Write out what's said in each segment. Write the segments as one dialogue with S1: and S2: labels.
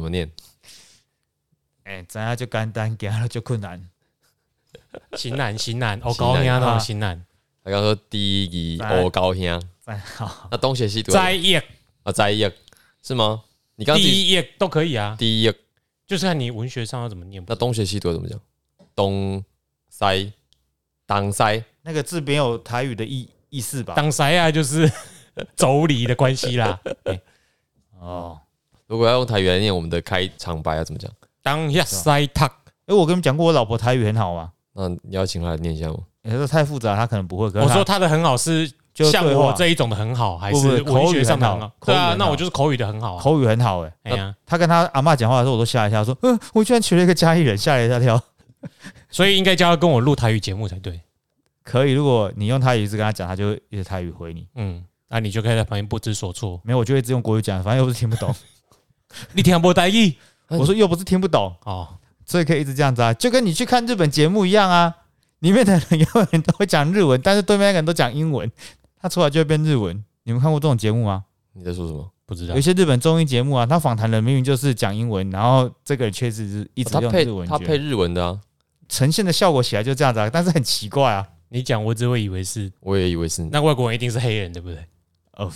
S1: 么念？
S2: 哎、知影就简单，行了就困难。
S3: 型男型男，哦，
S1: 型
S3: 高
S1: 男
S3: 音那种
S2: 啊
S3: 型男，
S1: 他刚说第一
S2: 在
S1: 二欧高兄，
S2: 再好，
S1: 那东邪西毒
S3: 在意
S1: 啊，在一是吗？你刚刚自己
S3: 第一页都可以啊，
S1: 第一，
S3: 就是看你文学上要怎么念。
S1: 那东邪西毒怎么讲？东塞当塞
S2: 那个字边有台语的意意思吧？
S3: 当塞啊，就是 妯娌的关系 啦。哎
S2: 哦，
S1: 如果要用台语来念我们的开场白要怎么讲？
S3: 当下塞塔，
S2: 哎、我跟你们讲过，我老婆台语很好嘛。
S1: 那你要请他来念一下吗？
S2: 你说太复杂，她可能不会。可是
S3: 我说
S2: 她
S3: 他的很好是
S2: 就
S3: 像
S2: 对
S3: 我
S2: 话
S3: 这一种的很好，还
S2: 不不
S3: 是文学上的很好？
S2: 口语很好口语
S3: 对啊，
S2: 很
S3: 那
S2: 好
S3: 我就是口语的很好啊。
S2: 口语很好哎、
S3: 哎呀，
S2: 她跟她阿嬷讲话的时候，我都吓一下，说：“嗯，我居然娶了一个嘉义人，吓了一大跳。
S3: 所以应该叫呃他跟我录台语节目才对。”
S2: 可以，如果你用台语一直跟她讲，她就会一直台语回你。
S3: 嗯，那你就可以在旁边不知所措。
S2: 没有，我就一直用国语讲，反正又不是听不 懂。
S3: 你听不台语
S1: 那你
S2: 我说又不是听不懂，
S3: 哦，
S2: 所以可以一直这样子啊，就跟你去看日本节目一样啊。里面的人永远都会讲日文，但是对面那个人都讲英文，他出来就会变日文。你们看过这种节目吗？
S1: 你在说什么？
S3: 不知道
S2: 有一。些日本综艺节目啊，他访谈人明明就是讲英文，然后这个人确实是一直
S1: 他
S2: 用
S1: 配
S2: 日文
S1: 他
S2: 讲，
S1: 配日文的啊，
S2: 呈现的效果起来就这样子啊，但是很奇怪啊。
S3: 你讲我只会以为是
S1: 我也以为是你。
S3: 那外国人一定是黑人，对不对？
S2: 哦，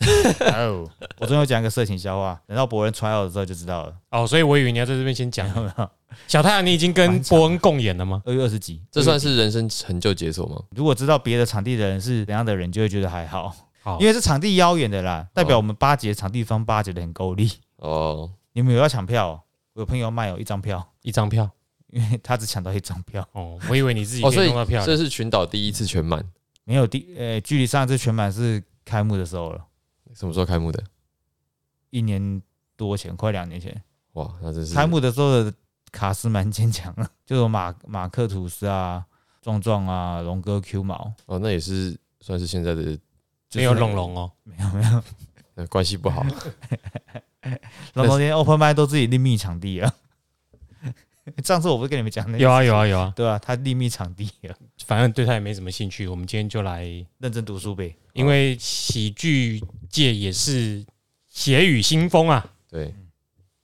S2: 我终于讲一个色情笑话，等到博人 try out 的时候就知道了。
S3: 哦，所以我以为你要在这边先讲
S2: 然。后
S3: 小太阳，你已经跟伯恩共演了吗？
S2: 二月二十几，
S1: 这算是人生成就解锁吗？
S2: 如果知道别的场地的人是怎样的人，就会觉得还好，
S3: 好
S2: 因为是场地邀演的啦，代表我们巴结场地方巴结的很够力。
S1: 哦，
S2: 你们有要抢票、哦？我有朋友卖有一张票，
S3: 一张票。
S2: 因为他只抢到一张票，
S3: 哦，我以为你自己
S1: 哦，
S3: 可
S1: 所
S3: 以
S1: 以
S3: 弄到票。
S1: 这是群岛第一次全满，
S2: 没有第呃，距离上一次全满是开幕的时候了，
S1: 什么时候开幕的？
S2: 一年多前，快两年前。
S1: 哇，那真是
S2: 开幕的时候的卡斯蛮坚强的， 就有马马克吐斯啊、壮壮啊、龙哥 Q 毛，
S1: 哦，那也是算是现在的
S2: 就是
S3: 没有龙龙哦，
S2: 没有没 有，
S1: 呃关系不好，
S2: 龙龙连 Open m i 都自己另觅场地了。 上次我不是跟你们讲那个
S3: 有啊
S2: 事情
S3: 有，啊有啊，
S2: 对啊，他另觅场地了，
S3: 反正对他也没什么兴趣。我们今天就来，
S2: 认真读书呗。
S3: 因为喜剧界也是血雨腥风啊。
S1: 对。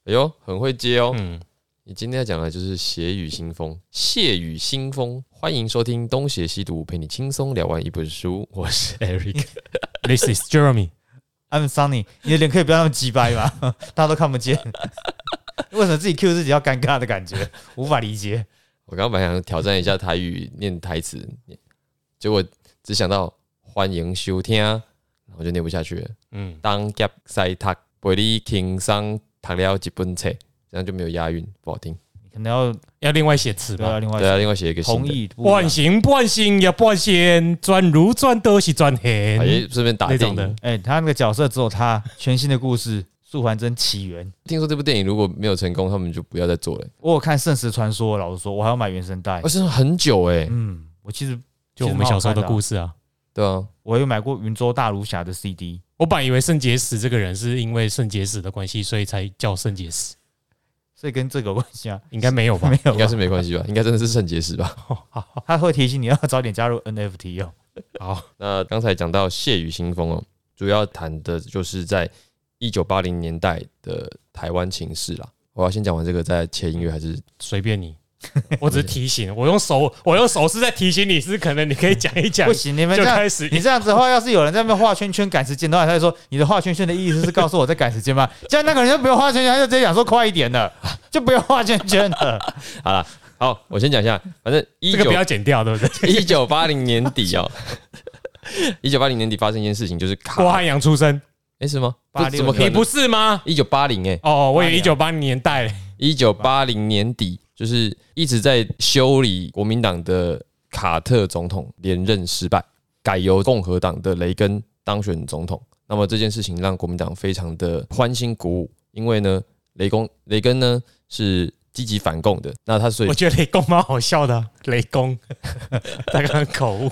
S1: 哎呦，很会接哦！
S3: 嗯，
S1: 你今天要讲的就是血雨腥风，血雨腥风。欢迎收听《东邪西毒》，陪你轻松聊完一本书。我是 Eric，
S3: This is Jeremy。
S2: I'm Sunny，你的脸可以不要那么鸡掰吗？ 大家都看不见， 为什么自己 Q 自己要尴尬的 感觉？无法理解。
S1: 我刚刚本来想挑战一下台语念台词，结果只想到欢迎收听，然后我就念不下去了。
S3: 嗯，
S1: 当夹塞读，陪你轻松读了一本册，这样就没有押韵，不好听。
S2: 你可能要
S3: 要另外写词
S2: 对啊，
S3: 吧。
S2: 另外
S1: 对啊，另外写一个新
S2: 同
S1: 的，
S2: 意不一
S3: 半
S2: 样
S3: 行半行也半仙，转如转都是转
S1: 哎、
S3: 黑。
S1: 顺便打
S3: 嗯
S1: 电
S3: 那种
S1: 影
S3: 的。
S2: 哎、他那个角色只有他全新的故事《素还真起源》。
S1: 听说这部电影如果没有成功，他们就不要再做
S3: 哎
S1: 了、
S2: 我有看《圣石传说》，老实说，我还要买原声带
S1: 而。哦是很久哎、
S2: 嗯，我其实
S3: 就我们小时候的故
S2: 事，
S3: 事啊。
S1: 对啊，
S2: 我有买过云州大儒侠的 CD，
S3: 我本来以为肾结石这个人是因为肾结石的关系，所以才叫肾结石，
S2: 所以跟这个有关系啊？
S3: 应该没有吧？
S2: 没有
S1: 应该
S2: 吧，
S1: 是没关系吧？应该真的是肾结石吧？
S2: 他会提醒你要早点加入 NFT 哦。
S3: 好，
S1: 那刚才讲到《血雨腥风》哦，主要谈的就是在一九八零年代的台湾情势啦。我要先讲完这个，再切音乐还是
S3: 随便你。我只是提醒，我用手，我用手势在提醒你，是可能你可以讲一讲
S2: 不，行，你们
S3: 就
S2: 这样，
S3: 开始
S2: 你这样子的话，要是有人在那边画圈圈赶时间的话，他就说你的画圈圈的意思是告诉我在赶时间吗？ 这样那个人就不用画圈圈，他就直接讲说快一点了， 就不用画圈圈了。
S1: 好啦。 好，我先讲一下，反 正一
S3: 这个
S1: 九
S3: 不要剪掉，对不对？
S1: 一九八零年底 哦，一九八零年底发生一件事情，就是卡
S3: 郭汉阳出生，
S1: 哎、是吗？
S2: 86
S1: 这怎么可
S3: 你
S1: 能
S3: 不？是吗？
S1: 一九八零哎，
S3: 哦，我有一
S2: 88
S3: 九八零年代嘞，
S1: 一九八零年底，就是一直在修理国民党的卡特总统连任失败，改由共和党的雷根当选总统。那么这件事情让国民党非常的欢欣鼓舞，因为呢，雷公雷根呢是积极反共的，那他所以
S3: 我觉得雷公蛮好笑的啊，雷公，他刚刚口误，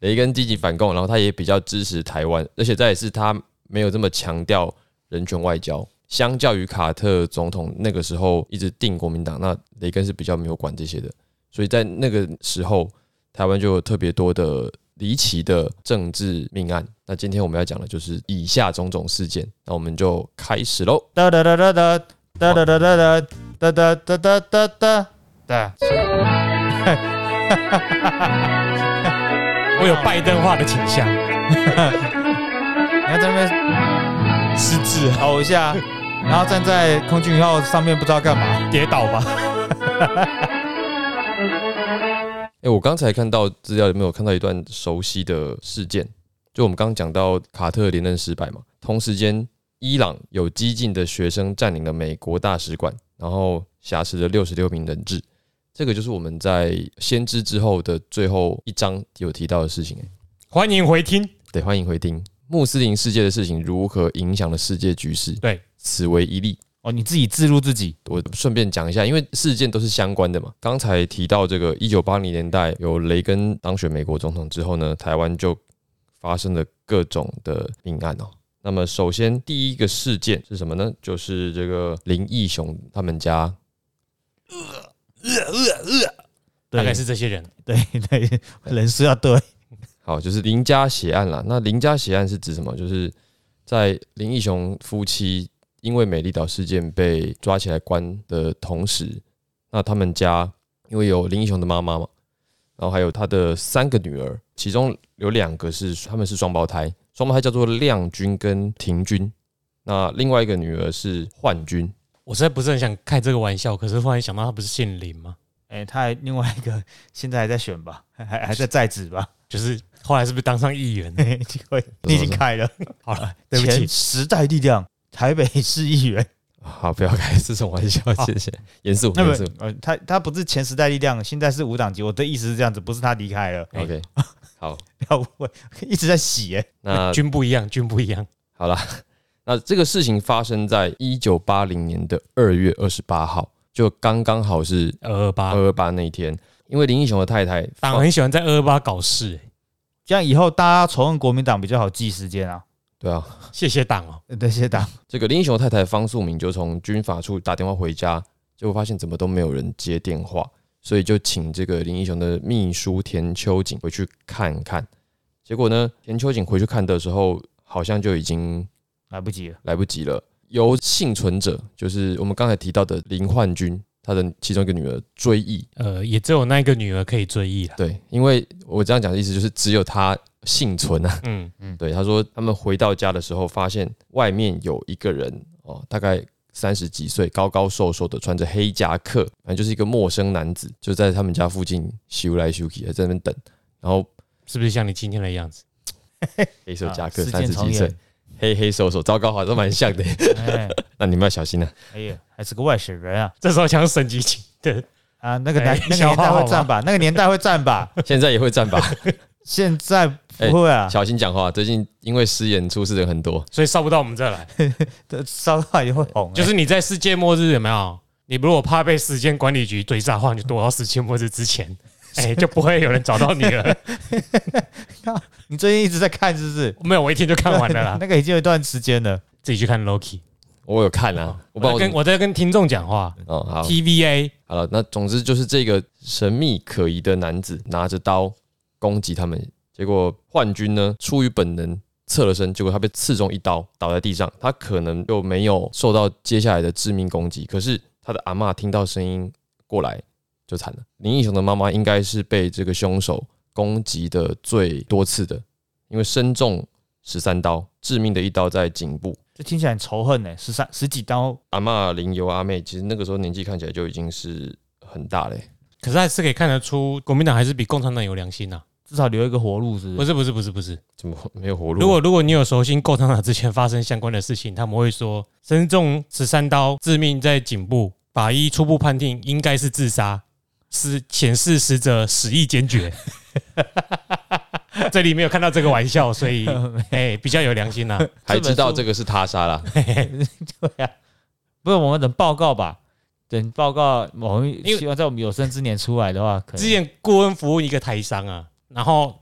S1: 雷根积极反共，然后他也比较支持台湾，而且这也是他没有这么强调人权外交。相较于卡特总统那个时候一直定国民党，那雷根是比较没有管这些的，所以在那个时候，台湾就有特别多的离奇的政治命案。那今天我们要讲的就是以下种种事件，那我们就开始喽。
S2: 哒哒哒哒哒哒哒哒哒哒哒哒哒哒哒哒哒。
S3: 我有拜登化的倾向，
S2: 你看在那边
S3: 失智啊，
S2: 吼一下，然后站在空军一号上面不知道干嘛。
S3: 跌倒吧？
S1: 哎、我刚才看到资料里面有看到一段熟悉的事件，就我们刚刚讲到卡特连任失败嘛，同时间伊朗有激进的学生占领了美国大使馆，然后挟持了六十六名人质，这个就是我们在先知之后的最后一章有提到的事情、欸。
S3: 欢迎回听，
S1: 对，欢迎回听穆斯林世界的事情如何影响了世界局势，
S3: 对，
S1: 此为一例。
S2: 哦，你自己自入自己。
S1: 我顺便讲一下，因为事件都是相关的嘛。刚才提到这个一九八零年代有雷根当选美国总统之后呢，台湾就发生了各种的命案哦。那么首先第一个事件是什么呢？就是这个林义雄他们家，
S3: 大概
S2: 对
S3: 是这些人。
S2: 对对，人数要对。
S1: 好，就是林家血案啦。那林家血案是指什么？就是在林义雄夫妻因为美丽岛事件被抓起来关的同时，那他们家因为有林义雄的妈妈嘛，然后还有他的三个女儿，其中有两个是他们是双胞胎，双胞胎叫做亮君跟廷君，那另外一个女儿是焕君。
S3: 我实在不是很想开这个玩笑，可是忽然想到他不是姓林吗？
S2: 哎，他还另外一个现在还在选吧，还还还在在职吧？
S3: 就是后来是不是当上 议员？
S2: 嘿嘿机会你已经开了，
S3: 好了， 对不
S2: 前
S3: 起，
S2: 时代力量台北市议员。
S1: 好，啊不要开这种玩笑，谢谢，严肃
S2: 那
S1: 严肃
S2: 么，呃，他他不是前时代力量，现在是无党籍。我的意思是这样子，不是他离开了，
S3: 哎
S1: ，OK，好，
S2: 不要误会，一直在洗哎、
S1: 那
S3: 君不一样，君不一样。
S1: 好啦， 那这个事情发生在一九八零年的二月二十八号，就刚刚好是
S3: 二二八
S1: 二，二八那一天。因为林义雄的太太
S3: 党
S1: 放
S3: 很喜欢在二二八搞事、欸
S2: 这样以后大家仇恨国民党比较好记时间啊。
S1: 对啊，
S3: 欸谢谢党哦。
S2: 这些党
S1: 这个林义雄的太太方素敏就从军法处打电话回家，结果发现怎么都没有人接电话，所以就请这个林义雄的秘书田秋瑾回去看看。结果呢，田秋瑾回去看的时候，好像就已经
S2: 来不及了。
S1: 来不及了。由幸存者，就是我们刚才提到的林焕君，他的其中一个女儿追忆，
S3: 呃，也只有那一个女儿可以追忆了。
S1: 对，因为我这样讲的意思就是只有他幸存啊。
S3: 嗯，
S1: 对，他说他们回到家的时候，发现外面有一个人哦，大概三十几岁，高高瘦瘦的，穿着黑夹克，反正就是一个陌生男子，就在他们家附近修来修去，在那边等。然后
S3: 是不是像你今天的样子？
S1: 黑色夹
S2: 啊
S1: 克，
S2: 事
S1: 三
S2: 件
S1: 十
S2: 重
S1: 几岁
S2: 演，，
S1: 黑黑瘦瘦，糟糕，好像蛮像的。
S2: 哎
S1: 那你们要小心啊！
S2: 哎呀，还是个外省人啊
S3: 这时候想省级情的，
S2: 啊！那个年、
S3: 哎
S2: 那个
S3: 笑
S2: 年
S3: 话
S2: 代
S3: 好
S2: 会
S3: 吗
S2: 站吧，那个年代会站 吧，
S1: 现在也会站吧，
S2: 现在不会啊。
S1: 小心讲话。最近因为失言出事的人很多，
S3: 所以烧不到我们这来。
S2: 这烧到也会红、
S3: 哎就是你在世界末日有没有？你如果怕被时间管理局追杀的话，你就躲到世界末日之前，哎、就不会有人找到你 了。
S2: 哎你最近一直在看是不是？
S3: 没有，我一天就看 完了啦，
S2: 那个已经有一段时间了。
S3: 自己去看 Loki。
S1: 我有看啊，我不知道
S3: 在
S1: 我
S3: 哦跟我在跟听众讲话
S1: 哦好。
S3: ，TVA
S1: 好了，那总之就是这个神秘可疑的男子拿着刀攻击他们，结果幻军呢出于本能侧了身，结果他被刺中一刀，倒在地上。他可能就没有受到接下来的致命攻击，可是他的阿嬷听到声音过来就惨了。林英雄的妈妈应该是被这个凶手攻击的最多次的，因为身中十三刀，致命的一刀在颈部。
S2: 这听起来很仇恨呢、十三十几刀，
S1: 阿嬷林由阿妹其实那个时候年纪看起来就已经是很大欸嘞、
S3: 可是还是可以看得出，国民党还是比共产党有良心呐、啊
S2: 至少留一个活路是不
S3: 不
S2: 是？
S3: 是不是不是不是，
S1: 怎么没有活路？
S3: 如果如果你有熟悉共产党之前发生相关的事情，他们会说身中十三刀，致命在颈部，法医初步判定应该是自杀，是显示死者死意坚决。 这里没有看到这个玩笑，所以哎、比较有良心呐、
S1: 还知道这个是他杀 啦，
S2: 对啊，不是我们等报告吧，等报告某一
S3: 因为
S2: 希望在我们有生之年出来的话，可
S3: 之
S2: 能
S3: 前顾问服务一个台商啊，然后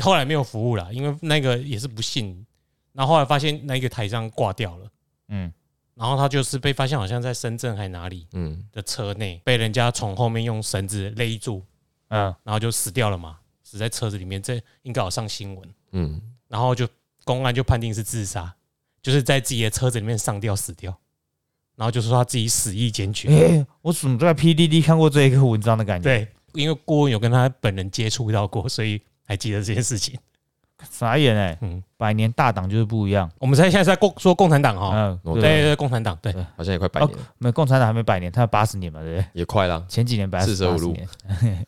S3: 后来没有服务了，因为那个也是不幸，然后后来发现那个台商挂掉了，
S2: 嗯，
S3: 然后他就是被发现好像在深圳还哪里
S1: 嗯，
S3: 的车内被人家从后面用绳子勒住，
S2: 嗯，
S3: 然后就死掉了嘛，死在车子里面，这应该有上新闻。
S1: 嗯，
S3: 然后就公安就判定是自杀，就是在自己的车子里面上吊死掉。然后就说他自己死意坚决。
S2: 诶、我怎么在 PDD 看过这一个文章的感觉？
S3: 对，因为郭文有跟他本人接触到过，所以还记得这件事情。
S2: 傻眼哎、
S3: 嗯，
S2: 百年大党就是不一样。
S3: 我们现在现在是在共说共产党哈，
S2: 嗯，
S1: 哦
S3: 对对对，共产党对
S2: 对
S1: 好像也快百年了，
S2: 没有共产党还没百年，他八十年嘛，对不对？
S1: 也快啦。
S2: 前几年百
S1: 45路
S2: 年，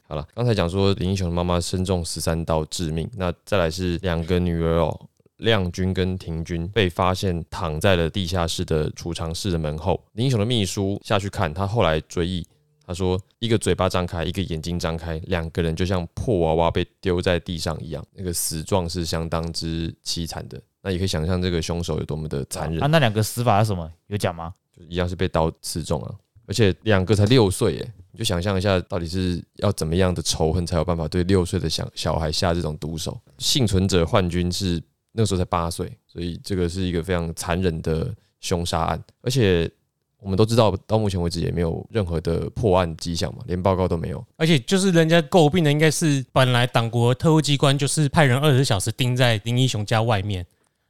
S1: 好了，刚才讲说林英雄的妈妈身中十三刀致命，那再来是两个女儿哦，亮君跟婷君被发现躺在了地下室的储藏室的门后。林英雄的秘书下去看，他后来追忆，他说一个嘴巴张开，一个眼睛张开，两个人就像破娃娃被丢在地上一样，那个死状是相当之凄惨的。那也可以想象这个凶手有多么的残忍
S2: 啊，，那两个死法是什么？有讲吗？
S1: 就一样是被刀刺中啊，而且两个才六岁耶，你就想象一下，到底是要怎么样的仇恨才有办法对六岁的小小孩下这种毒手？幸存者幻君是那时候才八岁，所以这个是一个非常残忍的凶杀案，而且我们都知道，到目前为止也没有任何的破案迹象嘛，连报告都没有。
S3: 而且就是人家诟病的应该是本来党国特务机关就是派人二十小时盯在林英雄家外面，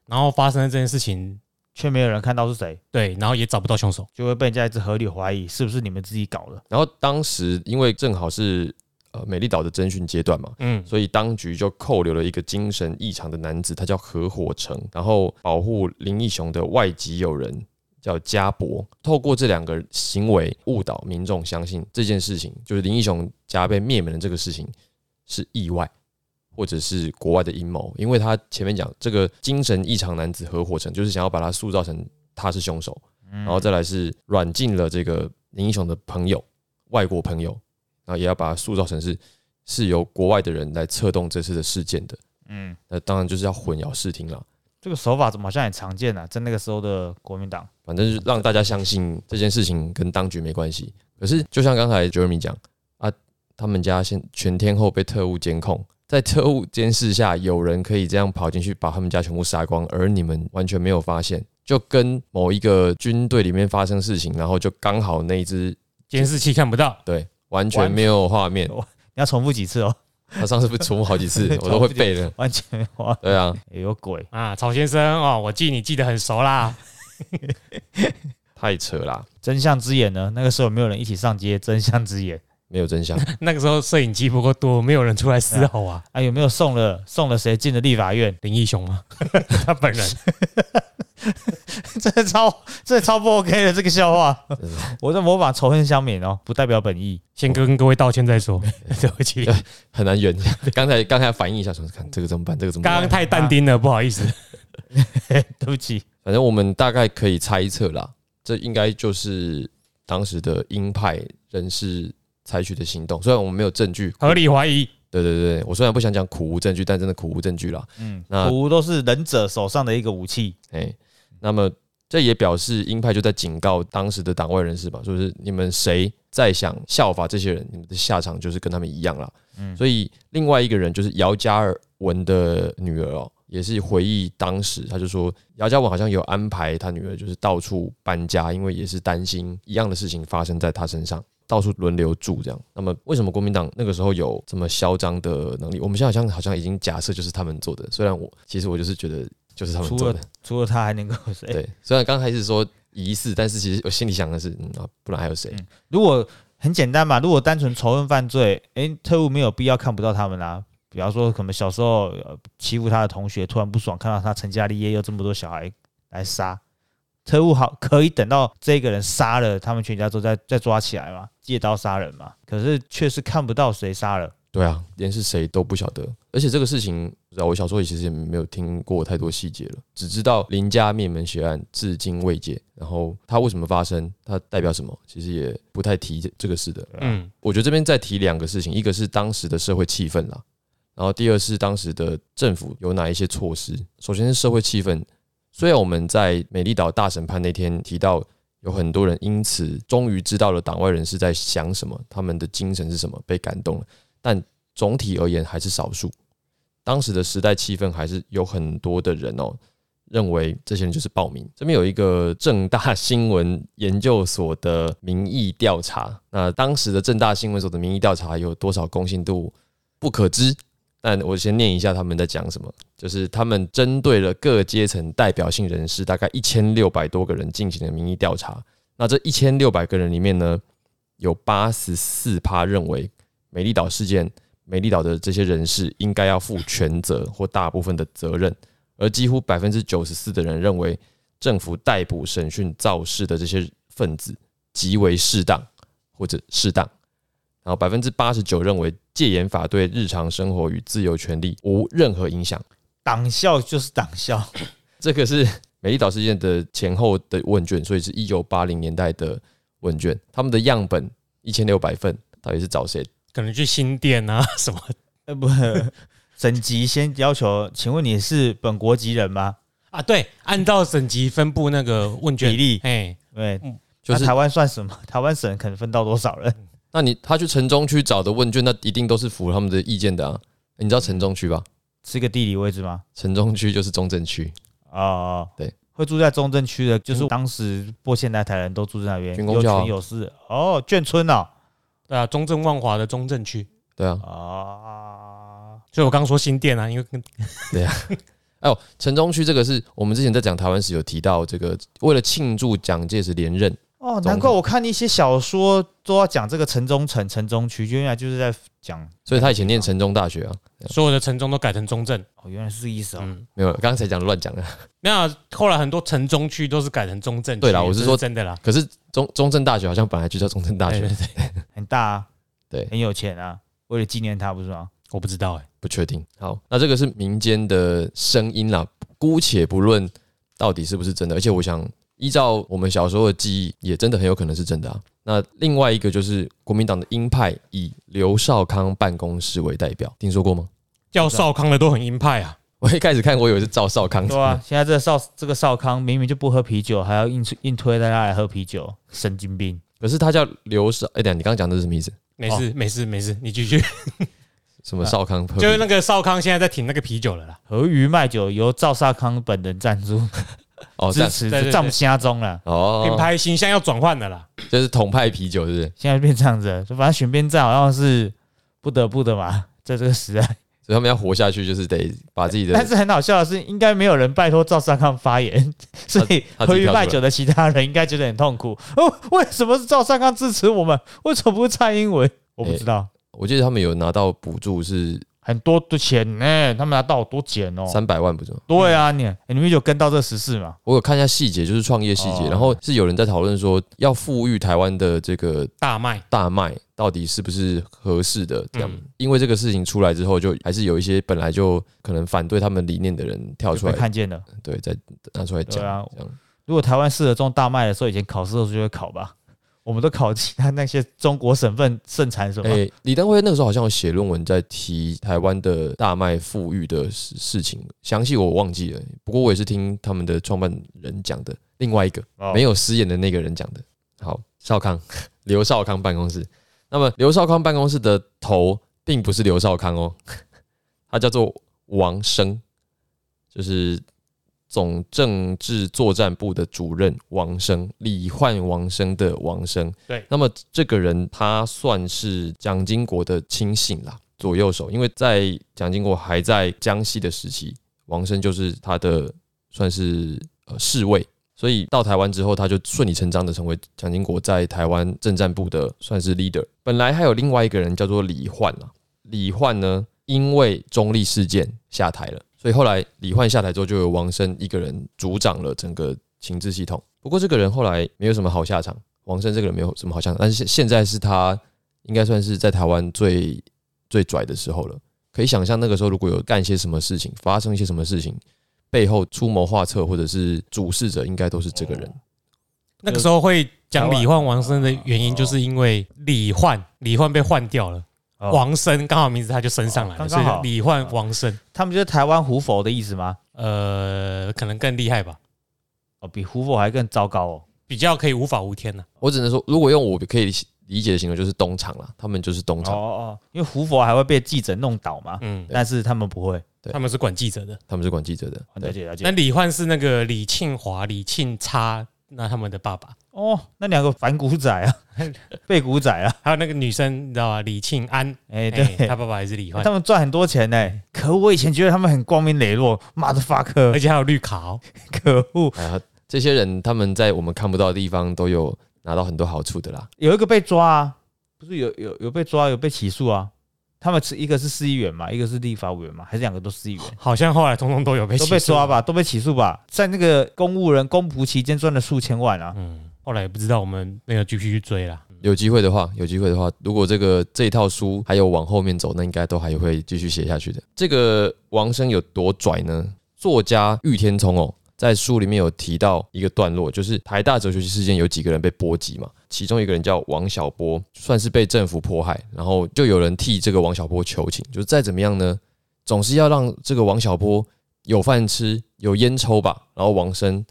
S3: 然后发生了这件事情，
S2: 却没有人看到是谁，
S3: 对，然后也找不到凶手。
S2: 就会被人家一直合理怀疑是不是你们自己搞的。
S1: 然后当时因为正好是呃美丽岛的侦讯阶段嘛，
S3: 嗯，
S1: 所以当局就扣留了一个精神异常的男子，他叫合伙成，然后保护林义雄的外籍友人叫家伯，透过这两个行为误导民众相信这件事情，就是林义雄家被灭门的这个事情是意外。或者是国外的阴谋，因为他前面讲这个精神异常男子合伙成，就是想要把他塑造成他是凶手，
S2: 然
S1: 然后再来是软禁了这个林英雄的朋友，外国朋友，然后也要把它塑造成是是由国外的人来策动这次的事件的。
S2: 嗯，
S1: 那当然就是要混淆视听了，
S2: 这个手法怎么好像很常见啊？在那个时候的国民党，
S1: 反正就是让大家相信这件事情跟当局没关系。可是就像刚才 Jeremy 讲啊，他们家现全天候被特务监控，在特务监视下，有人可以这样跑进去把他们家全部杀光，而你们完全没有发现。就跟某一个军队里面发生事情，然后就刚好那一支
S3: 监视器看不到，
S1: 对，完全没有画面。
S2: 你要重复几次哦，
S1: 他上次被重复好几次，我都会背的。
S2: 完全没有啊，
S1: 对啊，
S2: 也有鬼。
S3: 啊，曹先生哦，我记你记得很熟啦。
S1: 太扯啦，
S2: 真相之眼呢？那个时候有没有人一起上街？真相之眼
S1: 没有真相。
S3: 那个时候摄影机不够多，没有人出来嘶吼啊。
S2: 啊，有没有送了送了谁进了立法院？
S3: 林义雄吗？他本人
S2: 这超这超不 OK 的这个笑话，
S1: 哦
S2: 我在模仿仇恨相免哦，不代表本意。
S3: 先跟各位道歉再说，对不起，
S1: 很难圆。 刚才刚才反应一下，说看这个怎么办，这个怎么
S3: 刚
S1: 办
S3: 刚？太淡定了，不好意思。
S2: 对不起，
S1: 反正我们大概可以猜测啦，这应该就是当时的鹰派人士采取的行动。虽然我们没有证据，
S3: 合理怀疑，
S1: 对对对，我虽然不想讲苦无证据，但真的苦无证据啦。
S2: 嗯，
S1: 那
S2: 图都是忍者手上的一个武器，
S1: 哎、那么这也表示鹰派就在警告当时的党外人士吧，就是你们谁再想效法这些人，你们的下场就是跟他们一样啦。
S2: 嗯
S1: 所以另外一个人就是姚嘉尔文的女儿哦，也是回忆当时，他就说姚嘉文好像有安排他女儿就是到处搬家，因为也是担心一样的事情发生在他身上。到处轮流住这样，那么为什么国民党那个时候有这么嚣张的能力？我们现在好像好像已经假设就是他们做的，虽然我其实我就是觉得就是他们
S2: 除
S1: 做
S2: 了
S1: 的。
S2: 除了他还能够 谁？
S1: 对，虽然刚开始说疑似，但是其实我心里想的是，嗯啊，不然还有谁？
S2: 嗯如果很简单嘛，如果单纯仇恨犯罪，诶、特务没有必要看不到他们啦、啊比方说，可能小时候、呃欺负他的同学突然不爽，看到他成家立业，又这么多小孩来杀，特务好可以等到这个人杀了他们全家之后再再抓起来嘛，借刀杀人嘛。可是却是看不到谁杀了，
S1: 对啊，连是谁都不晓得。而且这个事情，不知道我小时候也其实也没有听过太多细节了，只知道林家灭门血案至今未解。然后它为什么发生，它代表什么，其实也不太提这个事的。
S3: 嗯，
S1: 我觉得这边再提两个事情，一个是当时的社会气氛啦，然后第二是当时的政府有哪一些措施。首先是社会气氛，虽然我们在美丽岛大审判那天提到，有很多人因此终于知道了党外人士在想什么，他们的精神是什么，被感动了，但总体而言还是少数。当时的时代气氛还是有很多的人哦。认为这些人就是暴民。这边有一个正大新闻研究所的民意调查，那当时的正大新闻所的民意调查有多少公信度不可知。但我先念一下他们在讲什么，就是他们针对了各阶层代表性人士，大概一千六百多个人进行了民意调查。那这一千六百个人里面呢，有八十四趴认为美丽岛事件，美丽岛的这些人士应该要负全责或大部分的责任，而几乎百分之九十四的人认为政府逮捕、审讯、造势的这些分子极为适当或者适当。然后百分之八十九认为戒严法对日常生活与自由权利无任何影响。
S2: 党校就是党校，
S1: 这个是美丽岛事件的前后的问卷，所以是一九八零年代的问卷，他们的样本一千六百份，到底是找谁？
S3: 可能去新店啊 什么，
S2: 呃，不，省级先要求，请问你是本国籍人吗？
S3: 啊，对，按照省级分布那个问卷
S2: 比例
S3: 哎，
S2: 对，
S1: 就
S2: 那
S1: 是
S2: 台湾算什么？台湾省可能分到多少人？
S1: 那你他去城中区找的问卷，那一定都是符合他们的意见的啊。你知道城中区吧？
S2: 是个地理位置吗？
S1: 城中区就是中正区，
S2: 哦，
S1: 对，嗯
S2: 会住在中正区的，就是当时播现代台人都住在那边，
S1: 军
S2: 有
S1: 工校啊
S2: 权有势。哦，眷村哦，
S3: 对啊，中正万华的中正区，
S1: 对啊。
S2: 啊，
S3: 所以我刚说新店啊，因为跟
S1: 哎呦，城中区这个是我们之前在讲台湾时有提到，这个为了庆祝蒋介石连任，
S2: 哦，
S1: 总
S2: 难怪我看一些小说都要讲这个城中城、城中区，原来就是在讲，
S1: 所以他以前念城中大学啊，
S3: 所有的城中都改成中正，
S2: 哦，原来是这个意思哦。
S3: 嗯，
S1: 没有，刚才讲的乱讲的。
S3: 那后来很多城中区都是改成中正区，
S1: 对啦
S3: 这
S1: 我是说
S3: 真的啦，
S1: 可是中中正大学好像本来就叫中正大
S3: 对
S1: 学
S3: 对，对，
S2: 很大啊，
S1: 对
S2: 很有钱啊，为了纪念他，不是吗？
S3: 我不知道哎，
S1: 不确定。好，那这个是民间的声音啦，姑且不论到底是不是真的，而且我想依照我们小时候的记忆，也真的很有可能是真的啊。那另外一个就是国民党的鹰派以刘少康办公室为代表，听说过吗？
S3: 叫少康的都很鹰派啊，
S1: 我一开始看我以为是赵少康，
S2: 对啊，现在这个少这个少康明明就不喝啤酒，还要硬推硬推大家来喝啤酒，神经病！
S1: 可是他叫刘少，哎、等一下你刚刚讲的是什么意思？
S3: 没事
S2: 哦
S3: 没事没事，你 继续，
S1: 什么
S2: 啊
S1: 少康？
S3: 就是那个少康现在在挺那个啤酒了啦，
S2: 和鱼卖酒由赵少康本人赞助
S1: 哦，这
S2: 支
S1: 样
S2: 持
S3: 对对，对
S2: 丈母家中了，
S3: 品
S1: 哦，
S3: 牌形象要转换了啦，
S1: 就是统派啤酒，是不是？
S2: 现在变这样子了，就反正选边站好像是不得不的嘛， 在这个时代。
S1: 所以他们要活下去，就是得把自己的
S2: 但是很好笑的是，应该没有人拜托赵少康发言，所以
S1: 他自
S2: 喝
S1: 己
S2: 鱼
S1: 跳出来
S2: 卖酒的其他人应该觉得很痛苦。 哦，为什么是赵少康支持我们？为什么不是蔡英文？我不知道，
S1: 我记得他们有拿到补助是
S2: 很多的钱呢、他们拿到好多钱哦。
S1: 三百万，不是吗？
S2: 对啊，你、欸你们有跟到这十四嘛？
S1: 我有看一下细节，就是创业细节，
S2: 哦
S1: 然后是有人在讨论说，要富裕台湾的这个
S3: 大卖。
S2: 呃
S1: 大麦到底是不是合适的这样、
S3: 嗯
S1: 因为这个事情出来之后，就还是有一些本来就可能反对他们理念的人跳
S2: 有
S1: 出
S2: 被
S1: 来，
S2: 看见了。
S1: 对，再拿出来讲、
S2: 对啊
S1: 这样。
S2: 如果台湾适合种大麦的时候，以前考试的时候就会考吧。我们都考其他那些中国省份盛产什么？
S1: 哎、李登辉那个时候好像有写论文在提台湾的大麦富裕的事事情，详细我忘记了，不过我也是听他们的创办人讲的，另外一个。
S2: 哦
S1: 没有失言的那个人讲的。好，少康， 刘少康办公室。那么刘少康办公室的头并不是刘少康哦， 他叫做王生，就是总政治作战部的主任王生，李焕王生的王生。
S3: 对
S1: 那么这个人他算是蒋经国的亲信啦，左右手，因为在蒋经国还在江西的时期，王生就是他的算是呃侍卫。所以到台湾之后，他就顺理成章的成为蒋经国在台湾政战部的算是 leader。本来还有另外一个人叫做李焕啊啦，李焕呢因为中立事件下台了，所以后来李焕下台之后，就由王生一个人主掌了整个情治系统。不过这个人后来没有什么好下场，王生这个人没有什么好下场，但是现现在是他应该算是在台湾最最拽的时候了。可以想象那个时候如果有干一些什么事情，发生一些什么事情，背后出谋划策或者是主事者，应该都是这个人。
S3: 那个时候会讲李焕王生的原因，就是因为李焕李焕被换掉了，
S1: 哎
S2: 哦
S3: 王生刚好名字他就升上来
S2: 哦
S3: 了，所
S2: 刚刚
S3: 以
S2: 好
S3: 叫李焕王生，
S2: 他们就是台湾胡佛的意思吗？
S3: 呃，可能更厉害吧，
S2: 哦，比胡佛还更糟糕哦。
S3: 比较可以无法无天啊呢、
S1: 我只能说，如果用我可以理解的形容，就是东厂啦，他们就是东
S2: 哦
S1: 厂，
S2: 哦，因为胡佛还会被记者弄倒嘛，
S3: 嗯，
S2: 但是他们不会。哦
S1: 对
S3: 他们是管记者的，
S1: 他们是管记者的。
S2: 了
S1: 对，
S2: 解了
S3: 那
S2: 解。
S3: 李焕是那个李庆华、李庆差，那他们的爸爸，
S2: 哦，那两个反骨仔 啊，被骨仔啊，
S3: 还有那个女生，你知道吧？李庆安，
S2: 哎、
S3: 哎
S2: 对，
S3: 他爸爸也是李焕
S2: 他，们赚很多钱呢、可恶我以前觉得他们很光明磊落妈的 fuck，
S3: 而且还有绿卡哦，
S2: 可恶！
S1: 哎呀，这些人他们在我们看不到的地方都有拿到很多好处的啦。
S2: 有一个被抓啊，不是有有有被抓，有被起诉啊。他们是一个是市议员嘛，一个是立法委员嘛，还是两个都市议员？
S3: 好像后来通通都有被
S2: 都
S3: 起
S2: 被
S3: 诉
S2: 抓。吧，都被起诉吧，在那个公务人公仆期间赚了数千万啊！
S3: 嗯，后来也不知道我们没有继续去追啦。
S1: 有机会的话，有机会的话，如果这个这一套书还有往后面走，那应该都还会继续写下去的。这个王生有多拽呢？作家玉天聪哦，在书里面有提到一个段落，就是台大哲学系事件有几个人被波及嘛，其中一个人叫王小波，算是被政府迫害，然后就有人替这个王小波求情，就是再怎么样呢，总是要让这个王小波有饭吃，有烟抽吧。然后王生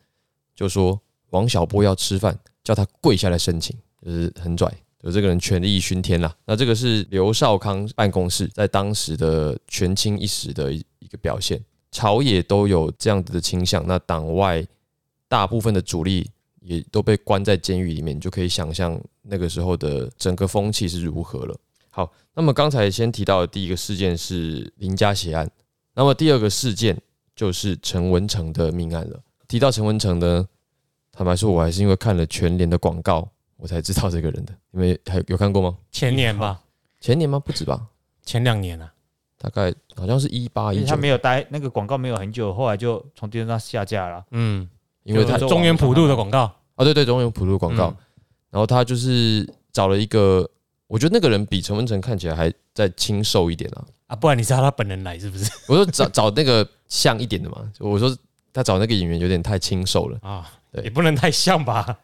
S1: 就说王小波要吃饭，叫他跪下来申请。就是很拽，有这个人权力熏天啦。那这个是刘少康办公室在当时的权倾一时的一一个表现，朝野都有这样子的倾向。那党外大部分的主力也都被关在监狱里面，你就可以想象那个时候的整个风气是如何了。好，那么刚才先提到的第一个事件是林家血案，那么第二个事件就是陈文成的命案了。提到陈文成呢，坦白说，我还是因为看了全联的广告，我才知道这个人的。你们还有有看过吗？
S3: 前年吧，
S1: 前年吗？不止吧，
S3: 前两年啊，
S1: 大概好像是一八
S2: 而
S1: 一
S2: 且
S1: 九
S2: 哎他，没有待那个广告没有很久，后来就从电视上下架了啊。
S3: 嗯，
S1: 因为他
S2: 有
S1: 啊
S2: 做
S3: 中原普渡的广告，
S1: 对对，中原普渡广告
S3: 嗯，
S1: 然后他就是找了一个，我觉得那个人比陈文成看起来还再清瘦一点啊。
S3: 啊，不然你是要他本人来是不是？
S1: 我说 找找那个像一点的嘛，我说他找那个演员有点太清瘦了，
S3: 啊，
S1: 对
S3: 也不能太像吧，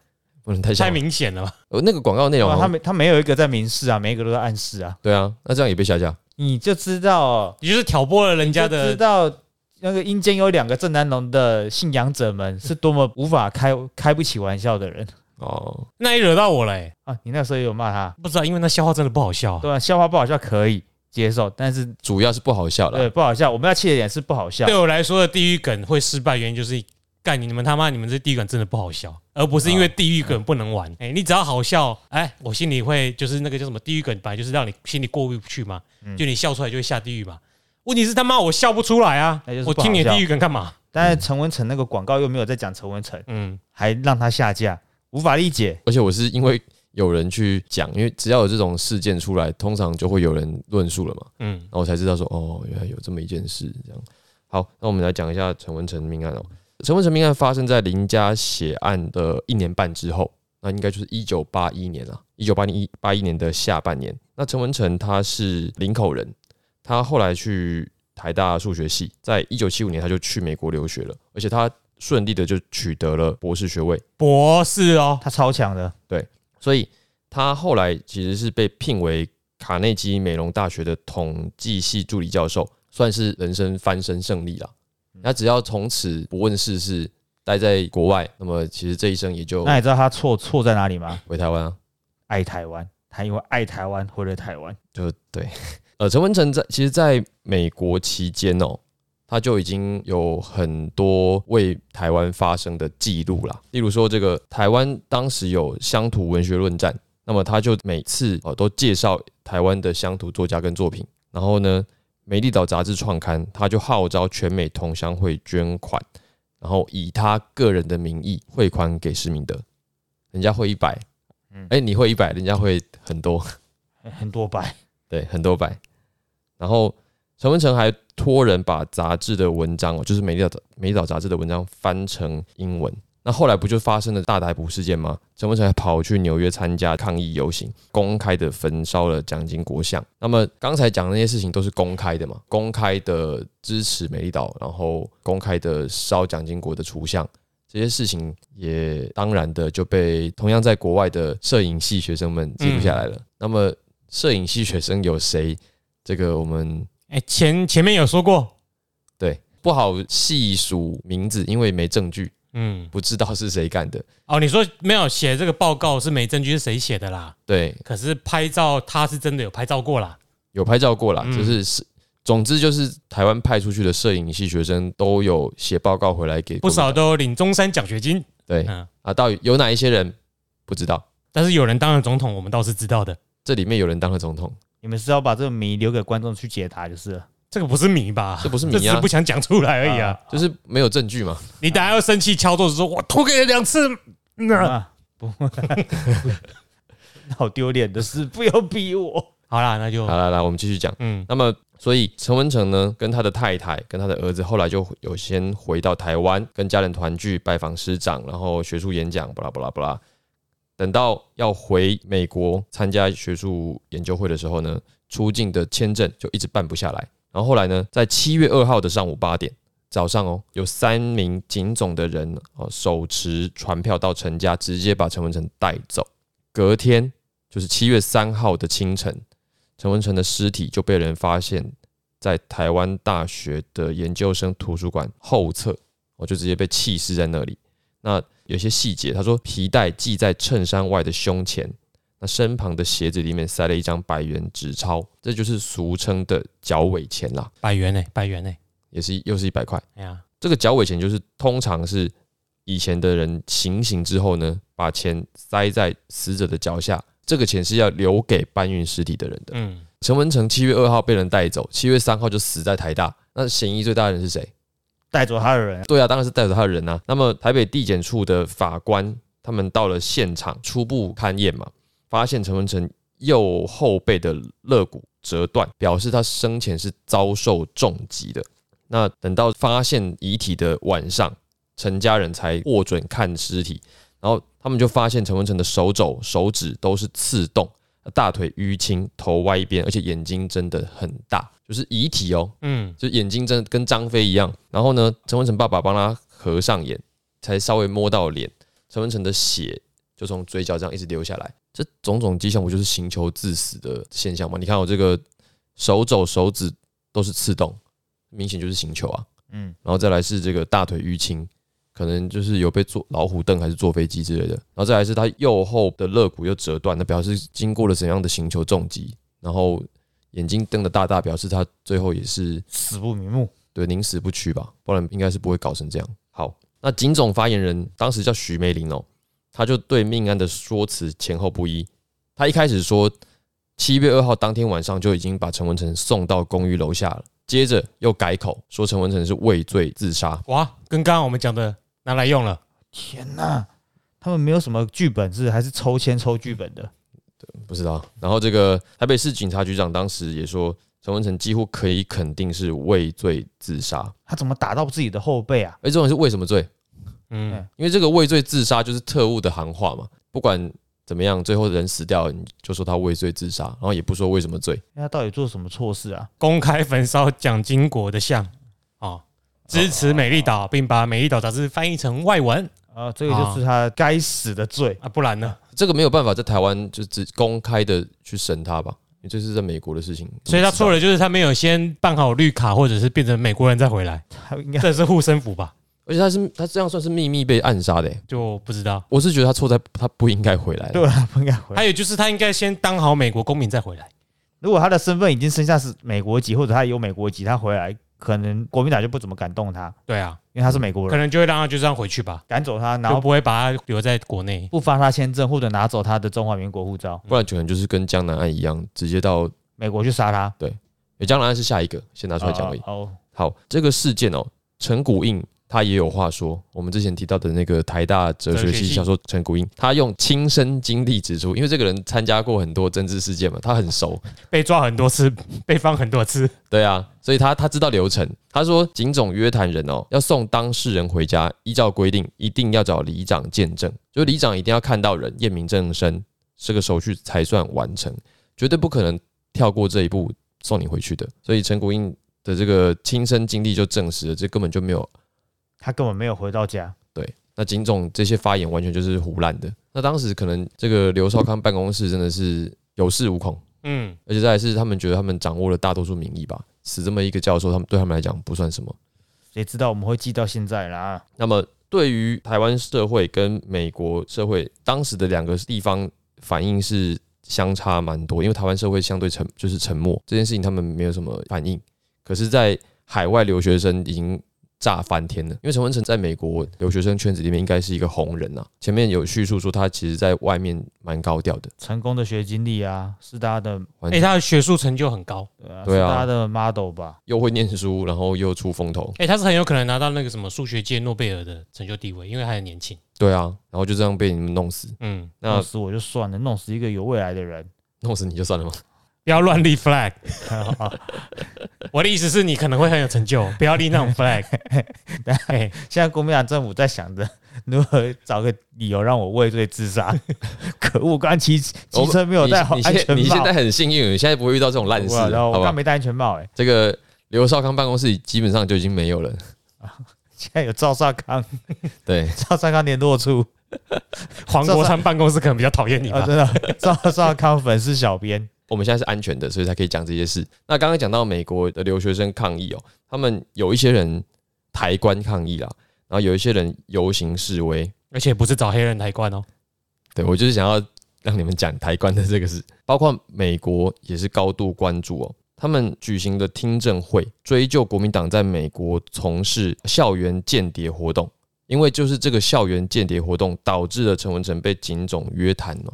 S1: 不能太像
S3: 太。明显了吧？
S1: 呃，那个广告内容
S2: 哇
S1: 好
S2: 哦他
S1: 像
S2: 没他没有一个在明示啊，每一个都在暗示啊，
S1: 对啊，那这样也被下架。
S2: 你就知道哦
S3: 你就是挑拨了人
S2: 你
S3: 家
S2: 就知
S3: 的，
S2: 道那个阴间有两个郑南龙的信仰者们是多么无法开开不起玩笑的人
S1: 哦，
S3: 那也惹到我了欸。
S2: 啊！你那时候也有骂他，
S3: 不知道，因为那笑话真的不好笑啊。
S2: 对啊，笑话不好笑可以接受，但是
S1: 主要是不好笑
S2: 对
S1: 了。
S2: 不好笑，我们要气的点是不好笑
S3: 对。我来说的地狱梗会失败，原因就是干你们他妈，你们这地狱梗真的不好笑，而不是因为地狱梗不能玩。哎、你只要好笑，哎，我心里会就是那个叫什么地狱梗，本来就是让你心里过不去嘛，就你笑出来就会下地狱嘛。问题是他妈我笑不出来啊
S2: 那就，是
S3: 我
S2: 不好
S3: 听你的
S2: 笑
S3: 地狱梗干嘛？
S2: 但是陈文成那个广告又没有在讲陈文成，
S3: 嗯，
S2: 还让他下架，无法理解。
S1: 而且我是因为有人去讲，因为只要有这种事件出来，通常就会有人论述了嘛，
S3: 嗯
S1: 然，后我才知道说，哦，原来有这么一件事。这样，好，那我们来讲一下陈文成命案哦。陈文成命案发生在林家血案的一年半之后，那应该就是一九八一年啊，一九八零一八一年的下半年。那陈文成他是林口人，他后来去台大数学系，在一九七五年他就去美国留学了，而且他顺利的就取得了博士学位。
S3: 博士哦，
S2: 他超强的，
S1: 所以他后来其实是被聘为卡内基美容大学的统计系助理教授，算是人生翻身胜利了。他只要从此不问世事，待在国外，那么其实这一生也就
S2: 那你知道他错错在哪里吗？
S1: 回台湾啊。
S2: 爱台湾，他因为爱台湾回了台湾。
S1: 就对， 呃，陈文成在其实在美国期间哦，他就已经有很多为台湾发声的记录啦。例如说，这个台湾当时有乡土文学论战，那么他就每次哦都介绍台湾的乡土作家跟作品。然后呢，美丽岛杂志创刊，他就号召全美同乡会捐款，然后以他个人的名义汇款给施明德，人家汇一百，
S2: 嗯
S1: 哎、你汇一百，人家会很多。
S2: 很多百，
S1: 对，很多版。然后陈文成还托人把杂志的文章哦，就是《美丽岛》《美丽岛》杂志的文章翻成英文。那后来不就发生了大逮捕事件吗？陈文成还跑去纽约参加抗议游行，公开的焚烧了蒋经国像。那么刚才讲的那些事情都是公开的嘛？公开的支持美丽岛，然后公开的烧蒋经国的图像，这些事情也当然的就被同样在国外的摄影系学生们记录下来了。那么摄影系学生有谁？这个我们
S3: 哎、前前面有说过，
S1: 对不好细数名字，因为没证据，
S3: 嗯，
S1: 不知道是谁干的。
S3: 哦，你说没有写这个报告是没证据是谁写的啦，
S1: 对，
S3: 可是拍照他是真的有拍照过啦，
S1: 有拍照过啦，
S3: 嗯
S1: 就是是，总之就是台湾派出去的摄影系学生都有写报告回来给
S3: 不
S1: 国
S3: 少
S1: 民党
S3: 都有领中山奖学金，
S1: 对
S3: 嗯。
S1: 啊，到底有哪一些人不知道？
S3: 但是有人当了总统，我们倒是知道的。
S1: 这里面有人当了总统，
S2: 你们是要把这个谜留给观众去解答就是了。
S3: 这个不是谜吧？
S1: 这不是谜
S3: 这只是
S1: 啊
S3: 不，想讲出来而已啊。
S1: 就是没有证据嘛。
S3: 你等下要生气敲桌子说：“我投给了两次。”那嗯
S2: 啊， 好丢脸的事，不要逼我。
S3: 好啦，那就
S1: 好来来，我们继续讲。
S3: 嗯，
S1: 那么，所以陈文成呢，跟他的太太、跟他的儿子，后来就有先回到台湾，跟家人团聚，拜访师长，然后学术演讲，巴拉巴拉巴拉。等到要回美国参加学术研究会的时候呢，出境的签证就一直办不下来。然后后来呢，在七月二号的上午八点早上哦，有三名警总的人哦，手持传票到陈家，直接把陈文成带走。隔天就是七月三号的清晨，陈文成的尸体就被人发现在台湾大学的研究生图书馆后侧，我就直接被弃尸在那里。那有些细节，他说皮带系在衬衫外的胸前，那身旁的鞋子里面塞了一张百元纸钞，这就是俗称的脚尾钱啦，
S3: 百元呢、百元呢、
S1: 也是又是一百块。
S3: 哎呀，
S1: 这个脚尾钱就是通常是以前的人行刑之后呢，把钱塞在死者的脚下，这个钱是要留给搬运尸体的人的。
S3: 嗯，
S1: 陈文成七月二号被人带走，七月三号就死在台大。那嫌疑最大的人是谁？
S2: 带走他的人，
S1: 对啊，当然是带走他的人啊。那么台北地检处的法官他们到了现场初步勘验嘛，发现陈文成右后背的肋骨折断，表示他生前是遭受重击的。那等到发现遗体的晚上，陈家人才获准看尸体，然后他们就发现陈文成的手肘、手指都是刺洞，大腿淤青，头歪一边，而且眼睛睁得很大，就是遗体哦，
S3: 嗯，
S1: 就眼睛真的跟张飞一样。然后呢，陈文成爸爸帮他合上眼，才稍微摸到脸，陈文成的血就从嘴角这样一直流下来。这种种迹象不就是行求致死的现象吗？你看我这个手肘、手指都是刺洞，明显就是行求啊。
S2: 嗯，
S1: 然后再来是这个大腿淤青，可能就是有被坐老虎凳还是坐飞机之类的。然后再来是他右后的肋骨又折断，那表示经过了怎样的行球重击，然后眼睛瞪得大大，表示他最后也是
S2: 死不瞑目。
S1: 对宁死不屈吧，不然应该是不会搞成这样。好，那警总发言人当时叫许梅玲哦，他就对命案的说辞前后不一。他一开始说七月二号当天晚上就已经把陈文成送到公寓楼下了，接着又改口说陈文成是畏罪自杀。
S3: 哇，跟刚刚我们讲的拿来用了，
S2: 天哪，他们没有什么剧本是还是抽签抽剧本的。
S1: 不知道。然后这个台北市警察局长当时也说，陈文成几乎可以肯定是畏罪自杀。
S2: 他怎么打到自己的后背啊？
S1: 而这种是为什么罪？
S3: 嗯，
S1: 因为这个畏罪自杀就是特务的行话嘛，不管怎么样，最后人死掉了，你就说他畏罪自杀，然后也不说为什么罪。
S2: 他到底做什么错事啊？
S3: 公开焚烧蒋经国的像，哦，支持美丽岛，并把美丽岛杂志翻译成外文
S2: 啊，这个就是他该死的罪。
S3: 啊，不然呢？
S1: 这个没有办法在台湾就只公开的去审他吧，因为这是在美国的事情。
S3: 所以他错
S1: 了，
S3: 了，就是他没有先办好绿卡，或者是变成美国人再回来，
S2: 他应该
S3: 这是护身符吧？
S1: 而且他是他这样算是秘密被暗杀的、欸
S3: 就不知道。
S1: 我是觉得他错在他不应该回来。
S2: 对，啊，不应该回来。
S3: 还有就是他应该先当好美国公民再回来。
S2: 如果他的身份已经剩下是美国籍，或者他有美国籍，他回来可能国民党就不怎么敢动他，
S3: 对啊，
S2: 因为他是美国
S3: 可
S2: 人，
S3: 能就会让他就这样回去吧，
S2: 赶走他，然
S3: 就
S2: 后
S3: 不会把他留在国内。
S2: 不发他签证或者拿走他的中华民国护照，
S1: 不然可能就是跟江南岸一样，直接到
S2: 美国去杀他。
S1: 诶江南岸是下一个，先拿出来讲而已。
S2: 哦哦，
S1: 好，这个事件哦，陈谷印他也有话说。我们之前提到的那个台大哲学
S3: 哲学
S1: 系
S3: 系
S1: 教授陈谷印，他用亲身经历指出，因为这个人参加过很多政治事件嘛，他很熟，
S3: 被抓很多次， 被放很多次，
S1: 对啊，所以他他知道流程。他说，警总约谈人哦，要送当事人回家，依照规定一定要找里长见证，就是里长一定要看到人，验明正身，这个手续才算完成，绝对不可能跳过这一步送你回去的。所以陈谷印的这个亲身经历就证实了，这根本就没有
S2: 他根本没有回到家。
S1: 那警总这些发言完全就是胡乱的。那当时可能这个刘少康办公室真的是有恃无恐，
S3: 嗯，
S1: 而且再来是他们觉得他们掌握了大多数民意吧，死这么一个教授，他们对他们来讲不算什么。
S2: 谁知道我们会记到现在啦？
S1: 那么对于台湾社会跟美国社会当时的两个地方反应是相差蛮多，因为台湾社会相对沉就是沉默这件事情，他们没有什么反应。可是，在海外留学生已经炸翻天了。因为陈文成在美国留学生圈子里面应该是一个红人啊。前面有叙述说他其实在外面蛮高调的，
S2: 成功的学经历啊，是大家的
S1: 环
S3: 哎，他的学术成就很高，
S2: 对啊，
S1: 对啊
S2: 是大家的 model 吧？
S1: 又会念书，然后又出风头，
S3: 哎，他是很有可能拿到那个什么数学界诺贝尔的成就地位，因为他很年轻。
S1: 对啊，然后就这样被你们弄死，
S3: 嗯，
S1: 那
S2: 弄死我就算了，弄死一个有未来的人，
S1: 弄死你就算了嘛。
S3: 不要乱立 flag。我的意思是你可能会很有成就， 不要立那种 flag。哎
S2: 现在国民党政府在想着如何找个理由让我畏罪自杀。 可恶，我刚刚骑骑车没有戴好
S1: 你
S2: 安
S1: 现
S2: 全
S1: 你现
S2: 帽
S1: 在，很幸运，你现在不会遇啊到这种烂事，
S2: 然
S1: 好
S2: 后我刚
S1: 吧？
S2: 没戴安全帽，哎，
S1: 这个刘少康办公室里基本上就已经没有了，
S2: 现在有赵少康，
S1: 对，
S2: 赵少康联络处
S3: 黄国昌办公室可能比较讨厌你
S2: 啊，
S3: 吧？
S2: 真的， 赵少康粉丝小编，
S1: 我们现在是安全的，所以才可以讲这些事。那刚刚讲到美国的留学生抗议哦，他们有一些人抬棺抗议啦，然后有一些人游行示威。
S3: 而且不是找黑人抬棺哦。
S1: 对我就是想要让你们讲抬棺的这个事，包括美国也是高度关注哦。他们举行的听证会追究国民党在美国从事校园间谍活动，因为就是这个校园间谍活动导致了陈文成被警总约谈哦嘛。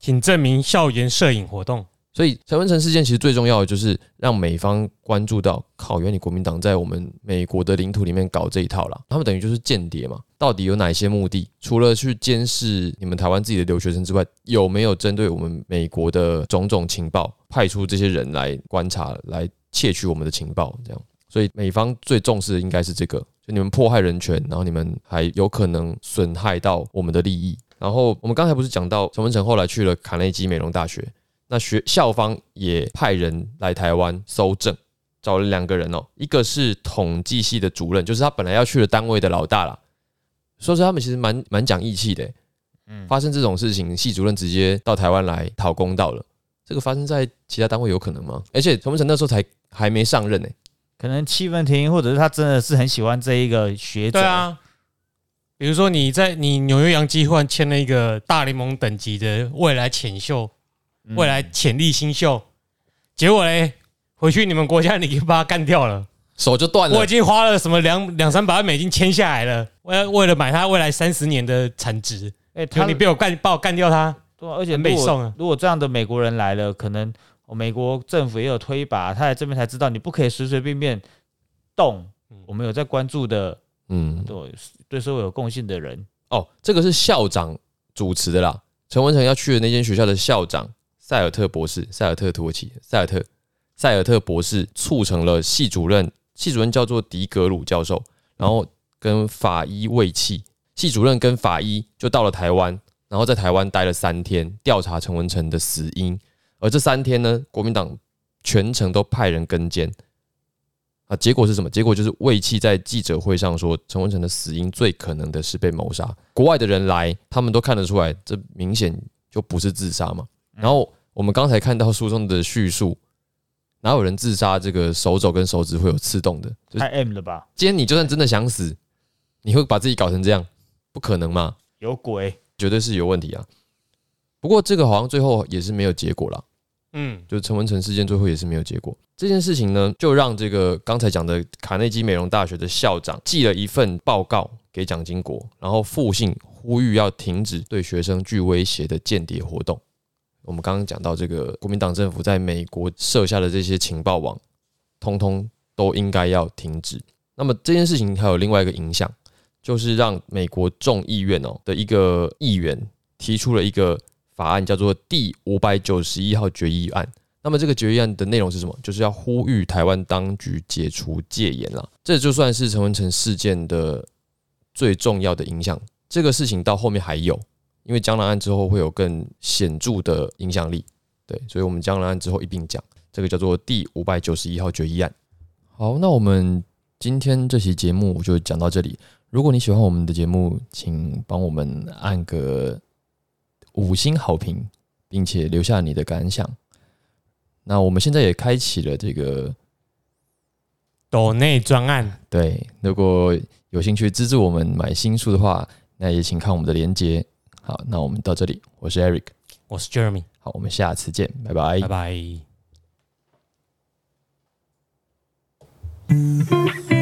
S3: 请证明校园摄影活动。
S1: 所以陈文成事件其实最重要的就是让美方关注到，靠，原来你国民党在我们美国的领土里面搞这一套啦，他们等于就是间谍嘛。到底有哪些目的？除了去监视你们台湾自己的留学生之外，有没有针对我们美国的种种情报，派出这些人来观察、来窃取我们的情报？这样，所以美方最重视的应该是这个，就你们迫害人权，然后你们还有可能损害到我们的利益。然后我们刚才不是讲到陈文成后来去了卡内基美容大学，那学校方也派人来台湾搜证，找了两个人哦，一个是统计系的主任，就是他本来要去的单位的老大啦。说实话，他们其实蛮蛮讲义气的欸，
S2: 嗯，
S1: 发生这种事情，系主任直接到台湾来讨公道了。这个发生在其他单位有可能吗？而且陈文成那时候才还没上任呢、欸
S2: 可能气氛挺，或者是他真的是很喜欢这一个学者，
S3: 对，啊，比如说你在你纽约洋基忽然签了一个大联盟等级的未来潜秀、
S2: 嗯
S3: 未来潜力新秀，结果嘞，回去你们国家你给把他干掉了。
S1: 手就断
S3: 我已
S1: 了。
S3: 经花了什么两两三百万美金签下来了，为为了买他未来三十年的产值，
S2: 哎，
S3: 结果
S2: 他
S3: 你被我干，把我干掉他，
S2: 对啊、而且
S3: 很
S2: 如
S3: 北
S2: 果
S3: 宋啊
S2: 如果这样的美国人来了，可能哦美国政府也有推一把，他来这边才知道你不可以随随便便动
S3: 嗯。
S2: 我们有在关注的，
S1: 嗯，
S2: 对对社会有贡献的人，
S1: 哦，这个是校长主持的啦。陈文成要去的那间学校的校长塞尔特博士，塞尔特土耳其，塞尔特塞尔特博士促成了系主任，系主任叫做迪格鲁教授，然后跟法医卫气，系主任跟法医就到了台湾，然后在台湾待了三天，调查陈文成的死因。而这三天呢，国民党全程都派人跟监。啊，结果是什么？结果就是魏气在记者会上说，陈文成的死因最可能的是被谋杀。国外的人来，他们都看得出来，这明显就不是自杀嘛。然后我们刚才看到书中的叙述，哪有人自杀？这个手肘跟手指会有刺痛的，就是
S2: 太 M 了吧？
S1: 今天你就算真的想死，你会把自己搞成这样？不可能嘛，
S2: 有鬼！
S1: 绝对是有问题啊。不过这个好像最后也是没有结果啦，
S3: 嗯，
S1: 就是陈文成事件最后也是没有结果。这件事情呢，就让这个刚才讲的卡内基美容大学的校长寄了一份报告给蒋经国，然后复信呼吁要停止对学生具威胁的间谍活动。我们刚刚讲到这个国民党政府在美国设下的这些情报网，通通都应该要停止。那么这件事情还有另外一个影响，就是让美国众议院哦的一个议员提出了一个法案，叫做第五百九十一号决议案。那么这个决议案的内容是什么？就是要呼吁台湾当局解除戒严啦。这就算是陈文成事件的最重要的影响。这个事情到后面还有，因为江南案之后会有更显著的影响力。对，所以我们江南案之后一并讲，这个叫做第五百九十一号决议案。好，那我们今天这期节目就讲到这里。如果你喜欢我们的节目，请帮我们按个五星好评，并且留下你的感想。那我们现在也开启了这个，
S3: 斗内专案，
S1: 对，如果有兴趣资助我们买新书的话，那也请看我们的链接。好，那我们到这里，我是 Eric，
S3: 我是 Jeremy，
S1: 好，我们下次见，拜拜
S3: 拜。拜。